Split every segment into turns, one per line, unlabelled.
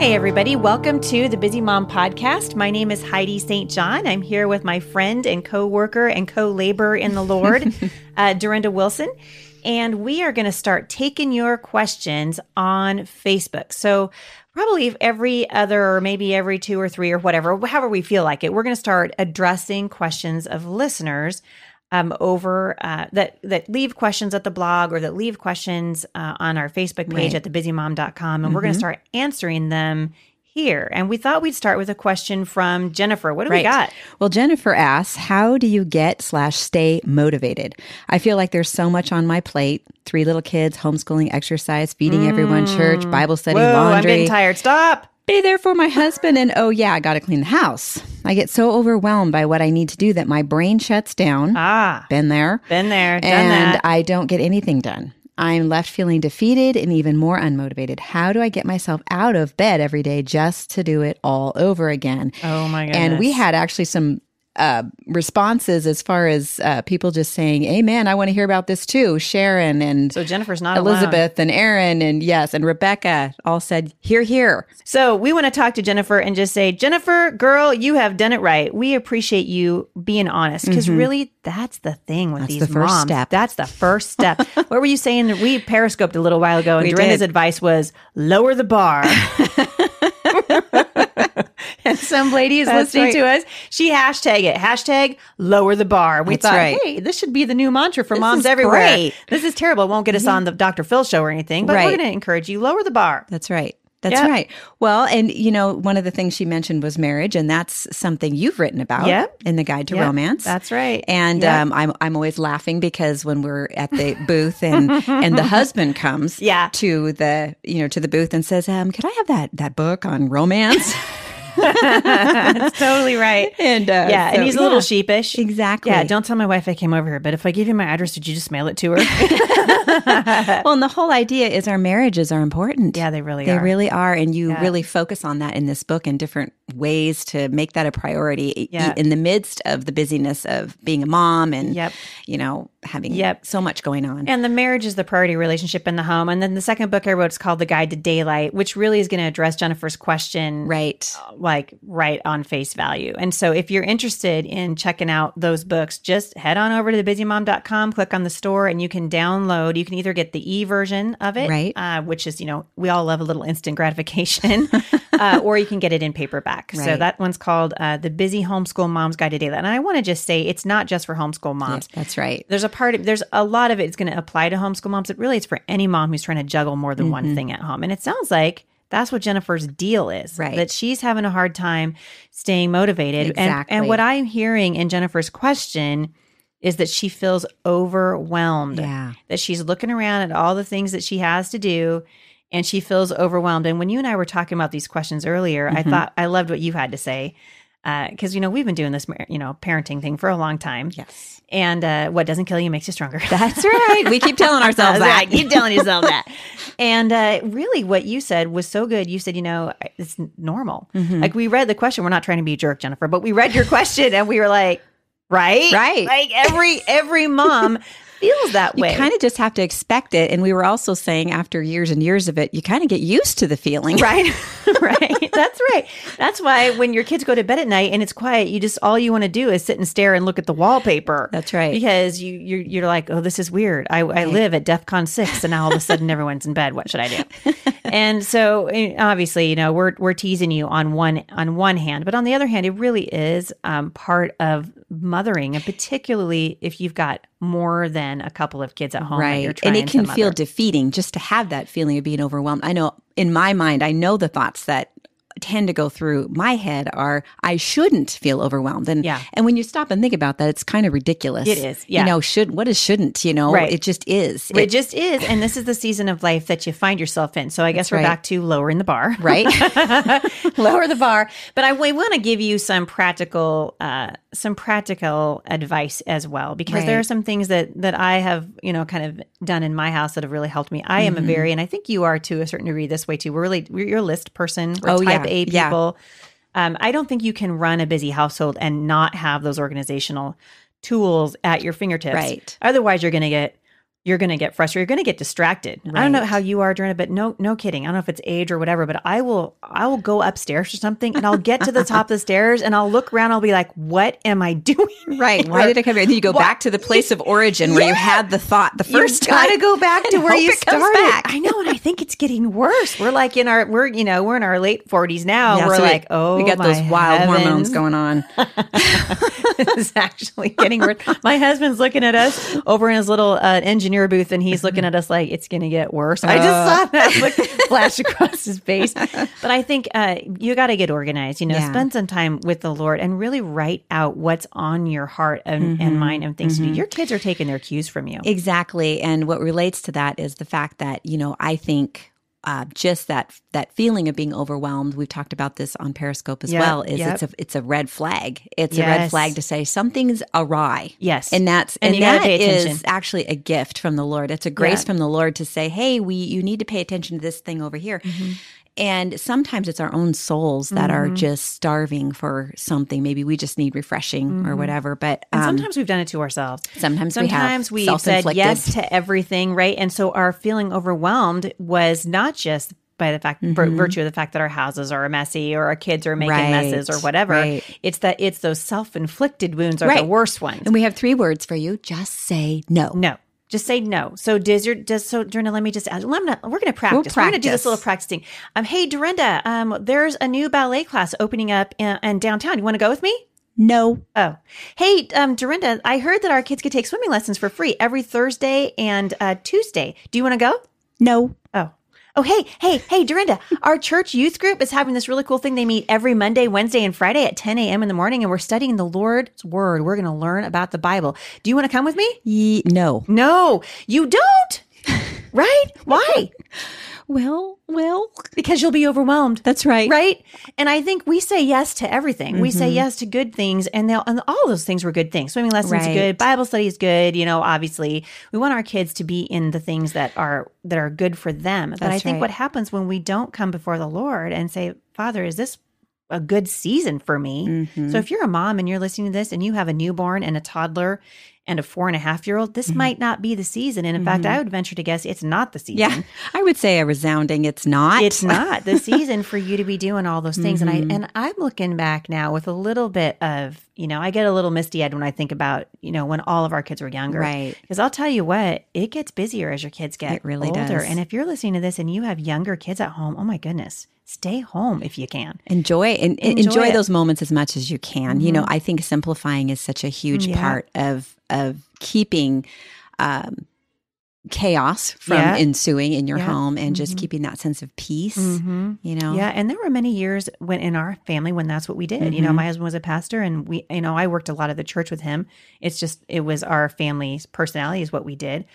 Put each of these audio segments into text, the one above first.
Hey, everybody, welcome to the Busy Mom Podcast. My name is Heidi St. John. I'm here with my friend and co worker and co laborer in the Lord, uh, Dorinda Wilson. And we are going to start taking your questions on Facebook. So, probably if every other, or maybe every two or three or whatever, however we feel like it, we're going to start addressing questions of listeners um, over uh, that that leave questions at the blog or that leave questions uh, on our Facebook page at thebusymom.com, and we're
Mm-hmm.
going to start answering them here. And we thought we'd start with a question from Jennifer. What do we got?
Well, Jennifer asks, how do you get slash stay motivated? I feel like there's so much on my plate: three little kids, homeschooling, exercise, feeding everyone, church, Bible study,
Mm. Whoa, I'm
laundry.
getting tired. Stop.
Be there for my husband, and oh yeah, I got to clean the house. I get so overwhelmed by what I need to do that my brain shuts down.
Ah,
Been there.
been there, done
and
that.
I don't get anything done. I'm left feeling defeated and even more unmotivated. How do I get myself out of bed every day just to do it all over again?
oh my goodness.
and we had actually some uh, responses as far as uh, people just saying, "Amen, I want to hear about this too." Sharon and
so Jennifer's not alone.
Elizabeth and Aaron and yes, and Rebecca all said, "Here, here."
So we want to talk to Jennifer and just say, Jennifer, girl, you have done it right. We appreciate you being honest because really, that's the thing with these
Mm-hmm. the first
moms.
step.
That's the first step. what were you saying? that We periscoped a little while ago, and
We
Dorinda's
did.
advice was lower the bar. and some lady is
That's
listening to us. She hashtag it hashtag lower the bar. We
That's
thought,
right.
hey, this should be the new mantra for moms everywhere.
great. Mm-hmm.
This is terrible. It won't get us on the Dr. Phil show or anything, but we're
Right.
going to encourage you lower the bar.
That's right. That's
Yep.
right. Well, and you know, one of the things she mentioned was marriage, and that's something you've written about
Yep.
in the Guide to
Yep,
Romance.
that's right.
And
Yep.
um, I'm I'm always laughing because when we're at the booth and and the husband comes
Yeah.
to the you know to the booth and says, um, "Could I have that that book on romance?"
That's totally right.
and uh,
yeah,
so-
and he's a little
yeah.
sheepish.
Exactly.
Yeah, don't tell my wife I came over here, but if I give you my address, did you just mail it to her?
Well, and the whole idea is our marriages are important.
yeah, they really
They
are.
really are. And you really focus on that in this book and different ways to make that a priority e-
Yeah.
in the midst of the busyness of being a mom and,
Yep.
you know, having
Yep.
so much going on.
and the marriage is the priority relationship in the home. And then the second book I wrote is called The Guide to Daylight, which really is going to address Jennifer's question
right.
like right on face value. And so if you're interested in checking out those books, just head on over to thebusymom.com, click on the store, and you can download. You can either get the e version of it,
Right.
Uh, which is, you know, we all love a little instant gratification, uh, or you can get it in paperback. So
Right.
that one's called uh, The Busy Homeschool Mom's Guide to Daylight. And I want to just say it's not just for homeschool moms.
That's right.
There's a part of there's a lot of it's going to apply to homeschool moms, but really it's for any mom who's trying to juggle more than
Mm-hmm.
one thing at home. And it sounds like that's what Jennifer's deal is,
Right.
That she's having a hard time staying motivated. And, and
Exactly.
what I'm hearing in Jennifer's question is that she feels overwhelmed.
Yeah.
That she's looking around at all the things that she has to do and she feels overwhelmed. And when you and I were talking about these questions earlier,
Mm-hmm.
I thought I loved what you had to say. Because, you know, we've been doing this, mar- you know, parenting thing for a long time.
Yes.
And uh, what doesn't kill you makes you stronger.
That's right. We keep telling ourselves
That's
that.
right. Keep telling yourself that. And uh, really, what you said was so good. You said, you know, it's n- normal. Like we read the question. We're not trying to be a jerk, Jennifer, but we read your question and we were like, right,
Right.
Like every every mom feels that way.
You kind of just have to expect it. And we were also saying after years and years of it, you kind of get used to the feeling.
Right, right. That's right. That's why when your kids go to bed at night and it's quiet, you just all you want to do is sit and stare and look at the wallpaper.
That's right.
Because you you're, you're like, oh, this is weird. I, I live at DefCon six, and now all of a sudden everyone's in bed. What should I do? and so eh, obviously, you know, we're we're teasing you on one on one hand, but on the other hand, it really is um, part of mothering, and particularly if you've got more than a couple of kids at home, that you're
Right. And
trying
it
to
can feel
mother.
defeating just to have that feeling of being overwhelmed. I know in my mind, I know the thoughts that tend to go through my head are I shouldn't feel overwhelmed. And
Yeah.
and when you stop and think about that, it's kind of ridiculous.
It is, yeah.
You know, should what is shouldn't, you know?
Right.
It just is.
It
It-
just is. And this is the season of life that you find yourself in. So I guess we're
right.
back to lowering the bar.
right?
Lower the bar. But I want to give you some practical uh, some practical advice as well because there
Right.
are some things that that I have, you know, kind of done in my house that have really helped me. I am a very and I think you are to a certain degree this way too. We're really we're, you're a list person. We're
Oh, yeah.
type A
Yeah.
people. Um, I don't think you can run a busy household and not have those organizational tools at your fingertips.
Right.
Otherwise, you're going to get you're going to get frustrated. You're going to get distracted. I don't know how you are, Joanna, but no, no kidding. I don't know if it's age or whatever, but I will, I will go upstairs or something, and I'll get to the top of the stairs, and I'll look around. I'll be like, "What am I doing?"
Right. Why did I come here? And then you go back to the place of origin where you had the thought the
You
first time.
gotta go back to
and
where
hope
you
it comes
started.
back.
I know, and I think it's getting worse. We're like in our, we're you know, we're in our late forties now.
Yeah,
we're
so we-
like, oh,
we got
my
those wild hormones
heavens."
going on.
is actually getting worse. My husband's looking at us over in his little uh, engineer booth, and he's looking at us like it's going to get worse. I just
Uh.
saw that look flash across his face. But I think uh, you got to get organized. You know,
Yeah.
spend some time with the Lord and really write out what's on your heart and,
Mm-hmm.
and mind and things to do. Your kids are taking their cues from you.
Exactly. And what relates to that is the fact that, you know, I think uh, just that that feeling of being overwhelmed. We've talked about this on Periscope as
Yep,
well. Is
yep.
it's a it's a red flag. It's a
Yes.
red flag to say something's awry.
yes,
And that's
And
and,
you gotta
that
pay
is
attention.
actually a gift from the Lord. It's a grace
Yeah.
from the Lord to say, "Hey, we you need to pay attention to this thing over here." And sometimes it's our own souls that are
Mm-hmm.
just starving for something. Maybe we just need refreshing or whatever. But
Mm-hmm. and
um,
sometimes we've done it to ourselves.
sometimes we have
sometimes we have said
self-inflicted-
yes to everything, right? And so our feeling overwhelmed was not just by the fact, vir- virtue of the fact that our houses are messy or our kids are making
Mm-hmm. Right,
messes or whatever.
right.
It's that it's those self inflicted wounds are the
Right.
worst ones.
And we have three words for you. Just say no.
No. Just say no. So does your does so Dorinda? Let me just ask. Let me, we're going to practice. We're going to do this
practice.
little practicing. Um, hey Dorinda, um, there's a new ballet class opening up in, in downtown. You want to go with me?
No.
Oh, hey, um, Dorinda, I heard that our kids could take swimming lessons for free every Thursday and uh, Tuesday. Do you want to go?
No.
Oh. Oh, hey, hey, hey, Dorinda, our church youth group is having this really cool thing. They meet every Monday, Wednesday, and Friday at 10 a.m. in the morning, and we're studying the Lord's Word. We're going to learn about the Bible. Do you want to come with me?
Ye- no.
No, you don't. Right? Why?
Well, well.
Because you'll be overwhelmed.
That's right. Mm-hmm.
right? And I think we say yes to everything. We say yes to good things, and they'll and all those things were good things. Swimming lessons are
Right.
good, Bible study is good. You know, obviously, we want our kids to be in the things that are that are good for them. But I
That's
think
right.
what happens when we don't come before the Lord and say, "Father, is this a good season for me?"
Mm-hmm.
So if you're a mom and you're listening to this, and you have a newborn and a toddler. And a four and a half year old, this
Mm-hmm.
might not be the season. And in fact, I would venture to guess it's not the season.
Yeah. I would say a resounding it's not.
It's not the season for you to be doing all those things. And
Mm-hmm.
I and I'm looking back now with a little bit of, you know, I get a little misty eyed when I think about, you know, when all of our kids were younger.
Right.
Because I'll tell you what, it gets busier as your kids get
It really
older.
does.
And if you're listening to this and you have younger kids at home, oh my goodness, stay home if you can.
Enjoy and and
Enjoy
enjoy,
it. Mm-hmm.
those moments as much as you can. You know, I think simplifying is such a huge
Yeah.
part of of keeping um chaos from
Yeah.
ensuing in your
Yeah.
home and just keeping that sense of peace,
Mm-hmm.
you know.
Yeah, and there were many years when in our family when that's what we did. You know,
Mm-hmm.
my husband was a pastor, and we, you know, I worked a lot of the church with him. It's just it was our family's personality is what we did,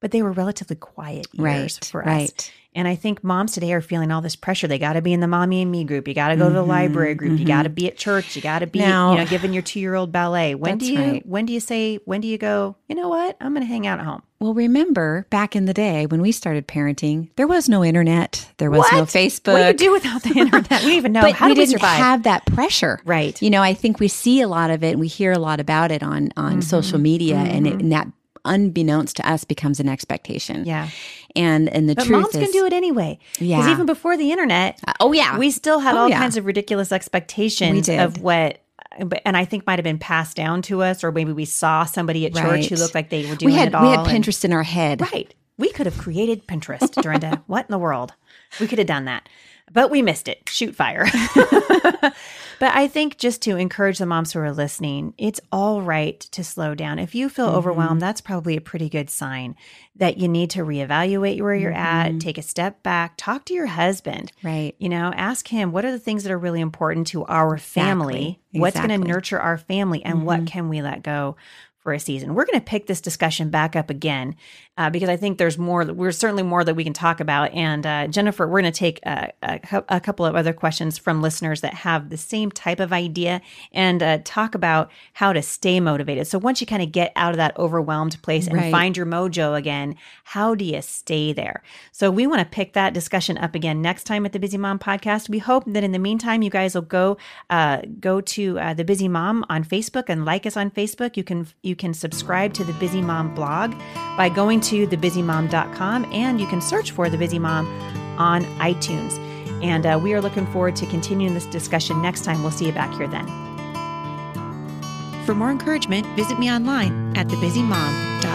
but they were relatively quiet years
Right.
for us.
right.
And I think moms today are feeling all this pressure. They got to be in the mommy and me group. You got to go to the library group. You got to be at church. You got to be,
Mm-hmm, Now-
you know, giving your two year old ballet. When do
That's
you?
right.
When do you say? When do you go? You know what? I'm going to hang out at home.
Well, remember back in the day when we started parenting, there was no internet, there was no
What?
Facebook.
What do you do without the internet? We don't even know
but
how
we
do we
didn't
survive.
have that pressure,
Right.
You know, I think we see a lot of it, and we hear a lot about it on on
Mm-hmm.
social media, and, it, and that unbeknownst to us becomes an expectation.
yeah.
and and the
But
truth
moms
is,
can do it anyway. Because
Yeah.
even before the internet,
oh yeah,
we still had
Oh,
all
yeah.
kinds of ridiculous
We
expectations
did.
of what, but- and I think might have been passed down to us, or maybe we saw somebody at
Right.
church who looked like they were doing
we had
it all.
we had
and-
Pinterest in our head.
right. We could have created Pinterest, Dorinda. what in the world? We could have done that. But we missed it. Shoot fire. but I think just to encourage the moms who are listening, it's all right to slow down. If you feel overwhelmed, that's probably a pretty good sign that you need to reevaluate where you're at, take a step back, talk to your husband.
Right.
You know, ask him what are the things that are really important to our family?
Exactly.
What's going to
Exactly. Mm-hmm.
nurture our family and what can we let go for a season? We're going to pick this discussion back up again uh, because I think there's more, we're certainly more that we can talk about. And uh, Jennifer, we're going to take a, a, cou- a couple of other questions from listeners that have the same type of idea and uh, talk about how to stay motivated. So once you kind of get out of that overwhelmed place and
Right.
find your mojo again, how do you stay there? So we want to pick that discussion up again next time at the Busy Mom Podcast. We hope that in the meantime, you guys will go uh, go to uh, the Busy Mom on Facebook and like us on Facebook. You can you can subscribe to the Busy Mom blog by going to thebusymom.com and you can search for The Busy Mom on iTunes. And uh, we are looking forward to continuing this discussion next time. We'll see you back here then. For more encouragement, visit me online at thebusymom.com.